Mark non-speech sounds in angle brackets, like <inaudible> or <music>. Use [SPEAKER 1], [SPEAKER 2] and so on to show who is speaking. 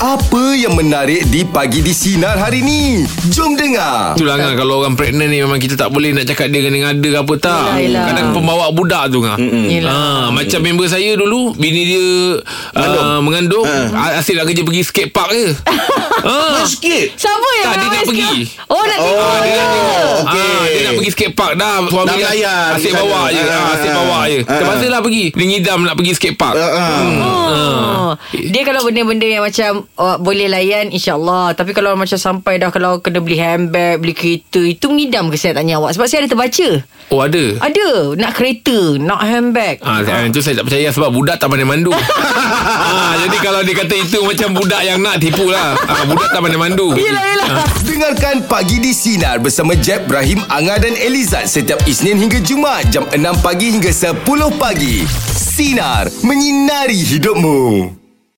[SPEAKER 1] Apa yang menarik di pagi di sinar hari ni? Jom dengar.
[SPEAKER 2] Itulah kan kalau orang pregnant ni memang kita tak boleh nak cakap dia kena ada ke apa tak.
[SPEAKER 3] Yelah, yelah.
[SPEAKER 2] Kadang pembawa budak tu kan.
[SPEAKER 3] Yelah.
[SPEAKER 2] Ha, macam member saya dulu bini dia uh, mengandung uh. asyik nak kerja pergi skate park je. ha.
[SPEAKER 4] Sikit
[SPEAKER 3] Siapa yang
[SPEAKER 2] Tak, dia
[SPEAKER 3] ramai
[SPEAKER 2] nak
[SPEAKER 3] sikit?
[SPEAKER 2] pergi.
[SPEAKER 3] Oh nak pergi
[SPEAKER 4] Oh,
[SPEAKER 3] dia,
[SPEAKER 4] dia nak tengok. Okey.
[SPEAKER 2] Ah, dia nak pergi skate park dah Suami
[SPEAKER 4] Dah
[SPEAKER 2] dia
[SPEAKER 4] belayar pergi
[SPEAKER 2] Asyik
[SPEAKER 4] sana.
[SPEAKER 2] bawa
[SPEAKER 4] Ah,
[SPEAKER 2] je ah, Asyik
[SPEAKER 4] ah.
[SPEAKER 2] bawa je
[SPEAKER 4] Ah,
[SPEAKER 2] Terpaksa lah pergi Dia ngidam nak pergi skate park Hmm. Ah.
[SPEAKER 4] Ah, ah.
[SPEAKER 3] oh. dia kalau benda-benda yang macam oh, Boleh layan InsyaAllah Tapi kalau macam sampai dah Kalau kena beli handbag Beli kereta Itu mengidam ke saya tanya awak Sebab saya ada terbaca
[SPEAKER 2] Oh ada
[SPEAKER 3] Ada Nak kereta Nak handbag
[SPEAKER 2] Ah, ha, itu saya tak percaya sebab budak tak pandai
[SPEAKER 3] <laughs>
[SPEAKER 2] mandu. ah, jadi kalau dia kata itu macam budak yang nak tipu lah. Ah, budak tak pandai mandu.
[SPEAKER 3] Yelah yelah
[SPEAKER 1] Dengarkan Pagi di Sinar bersama Jeb, Ibrahim, Anga dan Elizad setiap Isnin hingga Jumaat jam 6 pagi hingga 10 pagi. Sinar, menyinari hidupmu.